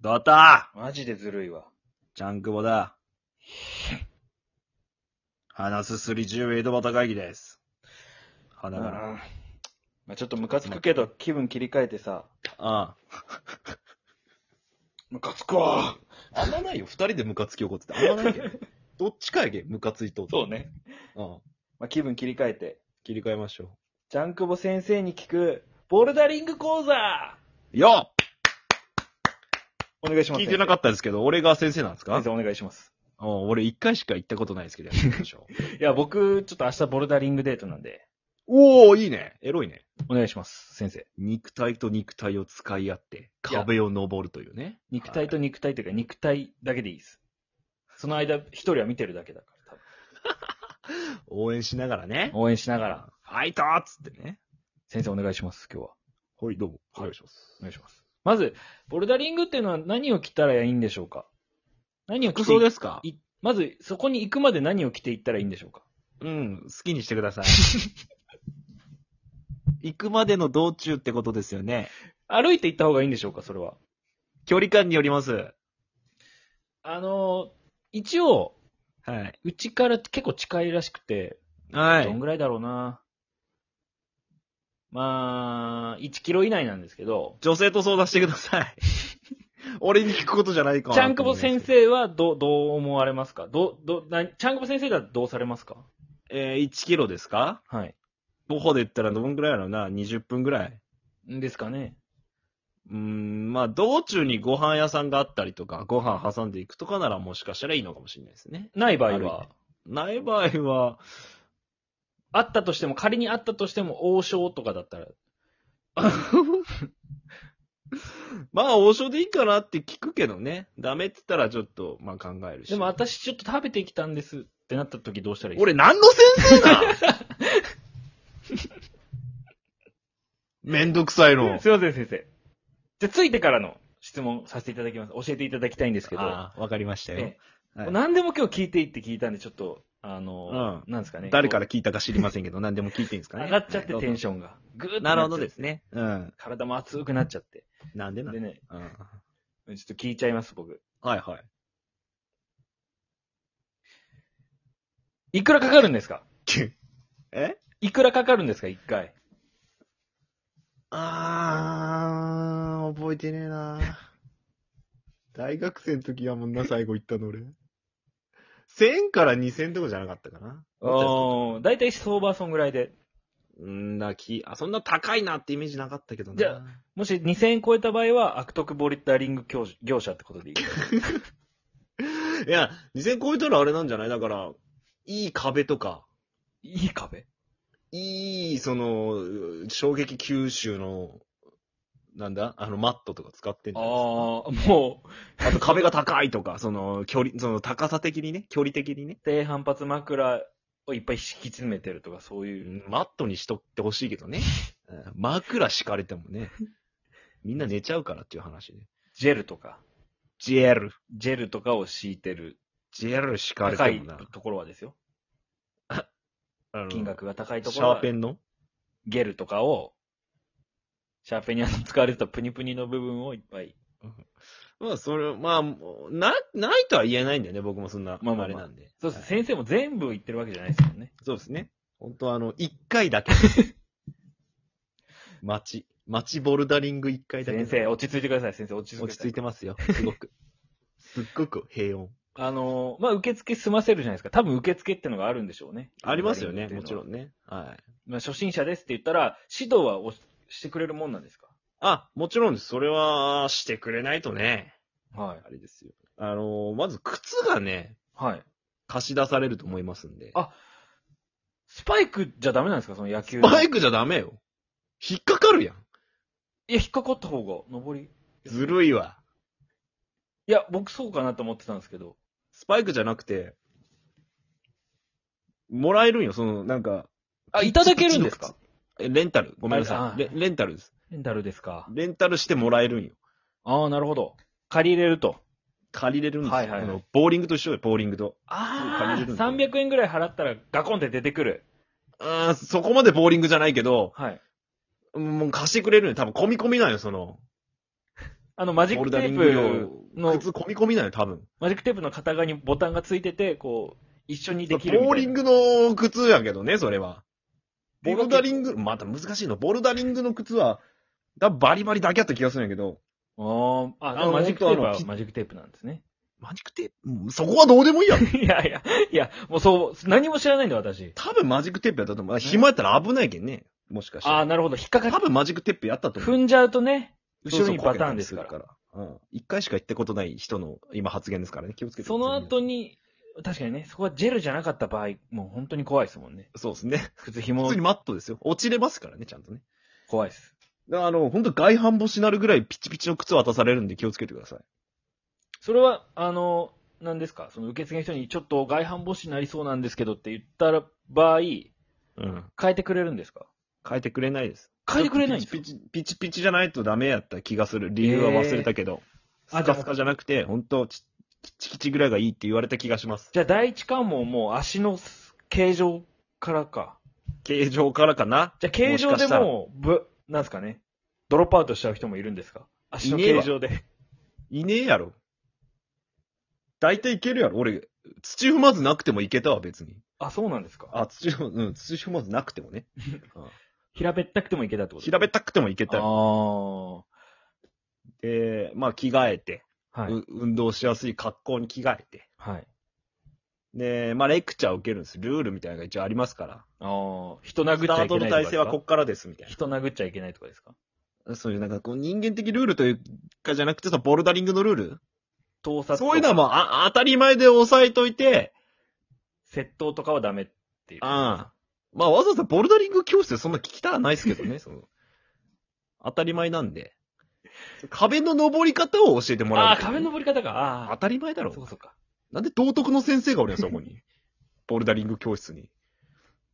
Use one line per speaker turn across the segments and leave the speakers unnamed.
ガタ
マジでずるいわ。
ちゃんくぼだ。話すすり中江戸端会議です。
うん
花柄。
まあちょっとムカつくけど、気分切り替えてさ。
あ
ムカつくわ
あ。あんまないよ。二人でムカつき起こってて。あんま ないけど。どっちかやけん、ムカついとう
そうね。
うん。
まあ気分切り替えて。
切り替えましょ
ジャンクボ先生に聞く、ボルダリング講座
う。よ
お願いします。
聞いてなか
っ
ったですけど、俺が先生なんですか
先生お願いします。
うん、俺一回しか行ったことないですけど、やってみましょう。
いや、僕、ちょっと明日ボルダリングデートなんで、
おー、いいね。エロいね。
お願いします、先生。
肉体と肉体を使い合って、
いや
壁を登るというね。
肉体と
はい
肉体というか、肉体だけでいいです。その間、一人は見てるだけだから、
応援しながらね
多。分応援しながら、。
ファイトーっつってね。
先生お願いします、今日は。
はい、どうも。
お願い
します。
お願いします。まず、ボルダリングっていうのは何を着たらいいんでしょうか何を着
服
て
装
い、
ですか
いまず、そこに行くまで何を着ていったらいいんでしょうか
うん、好きにしてく ださい。行くまでの道中ってことですよね。
歩いて行った方がいいんでしょうか、それは。
距離感によります。
あのー、一応、
はい。
うちから結構近いらしくて、
は
どん
い。
ぐらいだろうな。まあ、1キロ以内なんですけど、
女性と相談してくださ い。俺に聞くことじゃないかな
ち
と
ゃ
思い
ん
ます
くぼ先。生はど、どう思われますかど、ど、な、ちゃんくぼ先生だとどうされますか
えー、1キロですか
はい。
徒歩で言ったらどんぐらいやろうな ?20 分ぐらい。
んですかね。
うーん、まあ、道中にご飯屋さんがあったりとか、ご飯挟んでいくとかならもしかしたらいいのかもしれないですね。
ない場合
歩い
は
て、ない場合は、
あったとしても、仮にあったとしても、王将とかだったら、
まあ、王将でいいかなって聞くけどね。ダメって言ったらちょっと、まあ考えるし。
でも私ちょっと食べてきたんですってなった時どうしたらいいです か
俺何の先生だめんどくさいの。
すいません、先生。じゃあ、ついてからの質問させていただきます。教えていただきたいんですけど。
ああ、わかりましたよ
え。え
はい
何でも今日聞いていいって聞いたんで、ちょっと、あの、なんですかね。
誰からら聞いたか知りませんけど、何でも聞いていいんですかね。
上がっちゃって
はい
テンションが。ぐーっとっちゃって
なるほどです。ね。うん。
体も熱くなっちゃって。
なんでなん
で
で、
ね、
うん、
ちょっと聞いちゃいます、僕。
はいはい。
いくらかかるんですか
え
いくらかかるんですか、一回。
あー、覚えてねえな大学生の時はも んな、最後行ったの俺。1000から2000とかじゃなかったかな。
おー大体相場はそんぐらいで。
うんだ、き、あ、そんな高いなってイメージなかったけどな。
じゃあもし2000円超えた場合は、悪徳ボリタリング業者業者ってことでいいですか
いや、2000超えたらあれなんじゃないだから、いい壁とか、
いい壁
いい、その、う衝撃吸収の、なんだあの、マットとか使ってんじ
あ
ゃないですか
ー、もう、
あと壁が高いとか、その、距離、その高さ的にね、距離的にね。
低反発枕をいっぱい敷き詰めてるとか、そういう。
マットにしとってほしいけどね。うん枕敷かれても ね。みんな寝ちゃうからっていう話ね。
ジェルとか、
ジェル。
ジェルとかを敷いてる。
ジェル敷かれ
高
て
い
もな。
ところはですよ。
あの
金額が高いとこ
シ
ろ
ャ
は
ー。ペンの
ゲルとかを、シャーペンにあの使われてたプニプニの部分をいっぱい。
まあ、それ、まあ、な、ないとは言えないんだよね。僕もそんな、
まあまあまあ
れなんで。
そうです、
はい
先生も全部言ってるわけじゃないですもんね。
そうですね。本当はあの、一回 だけ。街。街ボルダリング一回だけ。
先生、落ち着いてください、先生、落ち着いてくだ
落
さ
ち着いてますよ。すごく。すっごく平穏。
あのーまあ、受付済ませるじゃないですか。多分受付ってのがあるんでしょうね。
ありますよね。
ボルダリング
も
っ
ち
ていうのは
ろんね。はい。
まあ、初心者ですって言ったら、指導はおししてくれるもんなんですか
あ、もちろんです。それは、してくれないとね。
はい。
あれですよ。あのー、まず靴がね、
はい。
貸し出されると思いますんで。
あスパイクじゃダメなんですかその野球の。
バイクじゃダメよ。引っかかるやん。
いや、引っかかった方が、登り。
ずるいわ。
いや、僕そうかなと思ってたんですけど。
スパイクじゃなくて、もらえるんよ。その、なんか、
あ、いただけるんです
ピッ
か
えレンタル。ごめんなさ
あ
い。レレンタルです。
レンタルですか。
レンタルしてもらえるんよ。
ああ、なるほど。借りれると。
借りれるんですよ。
はいはいはい
あのボーリングと一緒よ、ボーリングと。
あ
借り
あ、
れるんだ
300円ぐらい払ったらガコンって出てくる。
あーそこまでボーリングじゃないけど、
はい。
もう貸してくれるんよ。多分、込み込みなんよ、その。
あの、マジッ
ボル
ク
ダ
テ
リン
ー
グ
プ
量、
の
靴、込み込みなのよ、多分。
マジックテープの片側にボタンがついてて、こう、一緒にで
ボ
きるみ
ー
た
リ
いな
ン。グの靴やけどね、それは。ボルダリン
グ
グ、また難しいの。ボルダリングの靴は、だバリバリだけやった気がするんやけど、
あーあ、で
あの
もマジックテープ
本当あ
は
の
マジックテープなんですね。
マジックテープ、そこはどうでもいいやろ。
いやいや、いや、もうそう、何も知らないんだ私。
多分マジックテープやったと思う。暇やったら危ないけんね。もしかして。
ああ、なるほど。引っかかっ
多分マジックテープやったと思う。
踏んじゃうとね、
そうそ
後ろ
う
にパターンですから。
こけたりするから。うん。一回しか行ったことない人の今発言ですからね。気をつけて。
その。後に、確かにね、そこはジェルじゃなかった場合、もう本当に怖いですもんね。
そうですね。
靴
普
紐
通に、マットですよ。落ちれますからね、ちゃんとね。
怖いです。
だからあの、本当外反母趾なるぐらいピチピチの靴渡されるんで気をつけてください。
それは、あの、何ですかその受付の人にちょっと外反母趾になりそうなんですけどって言ったら場合、
うん。
変えてくれるんですか
変えてくれないです。
変えてくれないんですか
ピチピチ、ピチピチじゃないとダメやった気がする。理由は忘れたけど。
えーあ
スカスカじゃなくて、本当チチキチぐらいがいいって言われた気がします。
じゃあ第一関門もう足の形状からか。
形状からかな
じゃあ形状
もしか
で
したら
もう、ぶ、なんですかねドロップアウトしちゃう人もいるんですか足の
いねえ
形
わ
状で。
いねえやろ。大体いけるやろ。俺、土踏まずなくてもいけたわ、別に。
あ、そうなんですか
あ、土踏まず、うん、土踏まずなくてもね。
平べったくてもいけたってこと
平べったくてもいけた
あ
よ。
あ。は
で、まあ、着替えて、
い。
う運動しやすい格好に着替えて。
はい。
で、まあ、レクチャーを受けるんです。ルールみたいなのが一応ありますから。
ああ。人殴っ
ス
ち
タ
ゃ
ー
いけ
ト
な
の
い
体
とかです
勢
か
はこっからです、みたい
人殴っちゃいけないとかですか
な。そういう、なんかこう、人間的ルールというかじゃなくてさ、ボルダリングのルール
盗撮とか
そういうのはもう、あ、当たり前で押さえといて、
窃盗とかはダメっていう。
ああ。まあわざわざボルダリング教室でそんな聞きたらないですけど ね、その。当たり前なんで。壁の登り方を教えてもらう。
ああ、壁登り方か。あ
当
あ。
たり前だろ。
そうかそうか。
なんで道徳の先生がおるんやそこ に。ボルダリング教室に。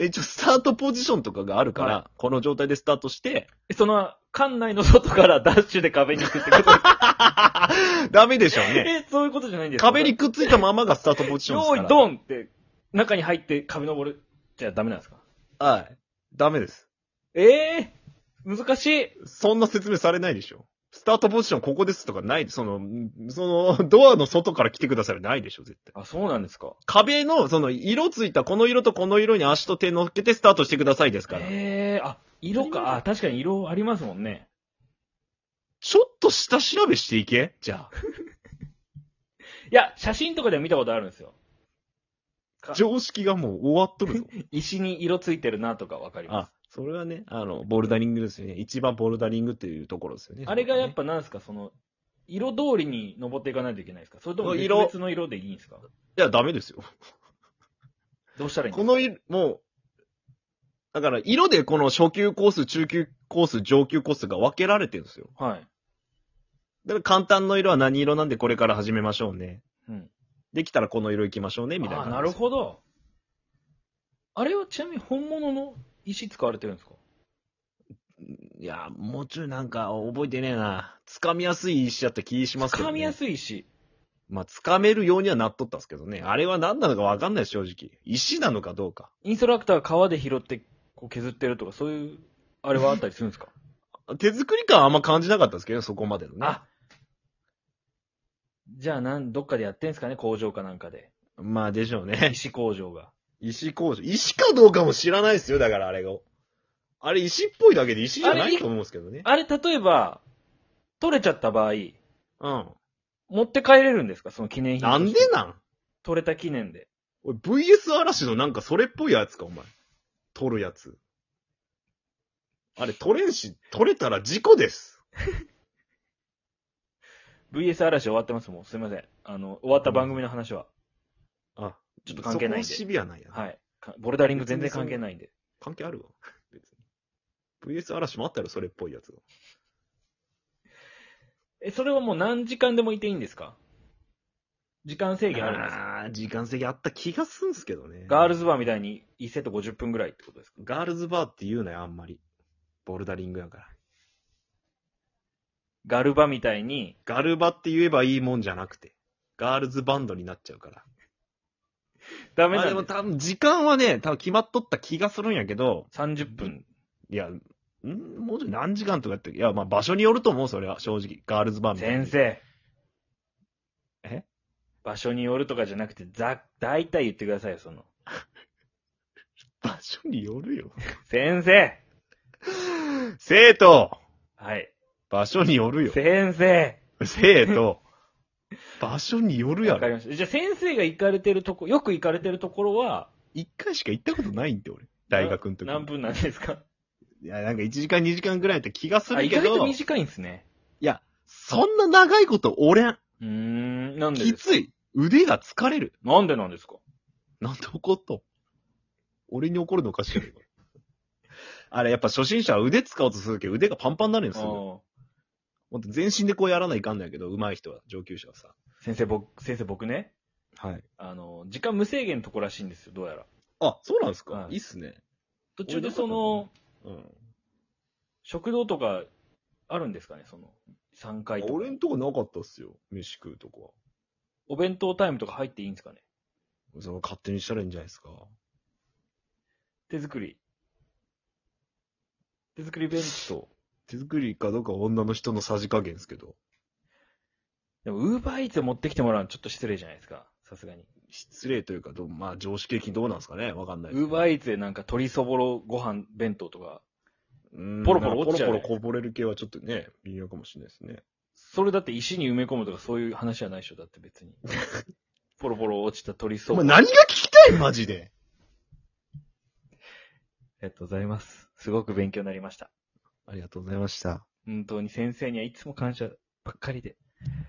一応スタートポジションとかがあるから、この状態でスタートして、
えその、館内の外からダッシュで壁に行くってこと
ダメでしょうね。
え、 そういうことじゃないんですか
壁にくっついたままがスタートポジションです
用
か
意
ら。
ドンって、中に入って壁登るじゃダメなんですか
はい。ダメです。
ええ難しい。
そんな説明されないでしょ。スタートポジションここですとかない、その、んその、ドアの外から来てくださいはないでしょ、絶対。
あ、そうなんですか。
壁の、その、色ついたこの色とこの色に足と手乗っけてスタートしてくださいですから。
ええあ、色か。あ、確かに色ありますもんね。
ちょっと下調べしていけじゃ
いや、写真とかで見たことあるんですよ。
あ。
か
常識がもう終わっとるぞ。
石に色ついてるなとかわかりま す
あ。、それはね、あの、ボルダリングですよね。一番ボルダリングっていうところですよね。
あれがやっぱなんですか、その、色通りに登っていかないといけないですかそれとも別
色
々の色でいいんですか
いや、ダメですよ。
どうしたらいいん
こ
ですか
の色、もう、だから、色でこの初級コース、中級コース、上級コースが分けられてるんですよ。
はい。
だから簡単の色は何色なんでこれから始めましょうね。
うん。
できたらこの色行きましょうね、みたいな
あ、
感じ
な
で
る
す。
ほど。あれはちなみに本物の石使われてるんですか
いや、もうちょいなんか覚えてねえな。掴みやすい石だった気しますけど、ね。
掴みやすい石。
まあ、掴めるようにはなっとったんですけどね。あれは何なのかわかんないです、正直。石なのかどうか。
インストラクターが川で拾ってこう削ってるとか、そういう、あれはあったりするんですか
手作り感はあんま感じなかったですけどね、そこまでのね。
あ じゃあなん、どっかでやってんすかね工場かなんかで。
まあでしょうね。
石工場が。
石工場。石かどうかも知らないですよ、だからあれが。あれ石っぽいだけで石じゃないと思うんですけどね。
あれ、例えば、取れちゃった場合、
うん。
持って帰れるんですかその記念品と
な
して。
んでなん
取れた記念で。
おい VS 嵐のなんかそれっぽいやつか、お前。撮るやつ。あれ、撮れんし、撮れたら事故です。
VS 嵐終わってますもん。すいません。あの、終わった番組の話は。
あ、
ちょっと関係ないん
そこ
で
はシビアなんや、い。
はい。かボルダリング全然関係ないんで。
関係あるわ。別に。VS 嵐もあったよ、それっぽいやつが。
え、それはもう何時間でもいていいんですか時間制限あるんですか
あー、時間制限あった気がすんすけどね。
ガールズバーみたいに1セット50分ぐらいってことですか
ガールズバーって言うなよ、あんまり。ボルダリングやから。
ガルバみたいに、
ガルバって言えばいいもんじゃなくて。ガールズバンドになっちゃうから。
ダメ
まあ
な
で
ん
も
ですか
多分時間はね、多分決まっとった気がするんやけど、
30分。
いや、んもうちょい何時間とかやって、いや、まあ場所によると思う、それは、正直。ガールズバーみたいな
先。生。
え
場所によるとかじゃなくて、ざ、大体言ってくださいよ、その。
場所によるよ。
先生
生徒
はい。
場所によるよ。
先生
生徒場所によるや
わかり
ろ。
ました。じゃあ先生が行かれてるとこ、よく行かれてるところは、
一回しか行ったことないんで、俺。大学の時。
何分なんです か
いや、なんか1時間2時間ぐらいって気がす
あ、
る
意
け
外と
ど、
短いんですね。
そんな長いこと俺
うーん、なんで
き
です
つい。腕が疲れる。
なんでなんですか
なんで怒っとん俺に怒るのおかしいよねこれ あれ、やっぱ初心者は腕使おうとするけど、腕がパンパンになるんですよ。
あ
ほんと全身でこうやらないかんないけど、上手い人は、上級者はさ。
ー先生、僕、先生、僕ね、
はい。
あの、時間無制限のとこらしいんですよ、どうやら。
あ、そうなんですか、
はい
い、いっすね。
途中
俺なか
で
った
そ
な
の、
うん。
食堂とか、あるんですかね、その、3回とか。
俺んとこなかったっすよ。飯食うとこ
お弁当タイムとか入っていいんですかね
は。その勝手にしたらいいんじゃないですか。
手作り。手作り弁当。
手作りかどうかは女の人のさじ加減ですけど。
でも、ウーバーイーツ持ってきてもらうのちょっと失礼じゃないですか。さすがに。
失礼というか、どうまあ常識的にどうなんですかねわかんないです
ウ
け
ー
ど。
バーイーツでなんか鶏そぼろご飯弁当とか、
うん
ポロポロ落ちちゃう
ポロポロこぼれる系はちょっとね、微妙かもしれないですね。
それだって石に埋め込むとかそういう話はないでしょ、だって別 に。ポロポロ落ちた鶏そ
お
ぼ
前
ろ。
何が聞きたいマジで。
ありがとうございます。すごく勉強になりました。
ありがとうございました。
本当に先生にはいつも感謝ばっかりで。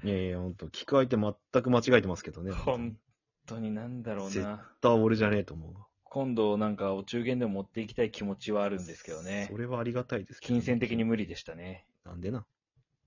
いやいや、ほんと、聞く相手全く間違えてますけどね。
本当になんだろう
絶
な。
当は俺じゃねえと思うわ。
今度なんかお中元でも持っていきたい気持ちはあるんですけどね
そ。れはありがたいですけど
金銭的に無理でしたね。
なんでな。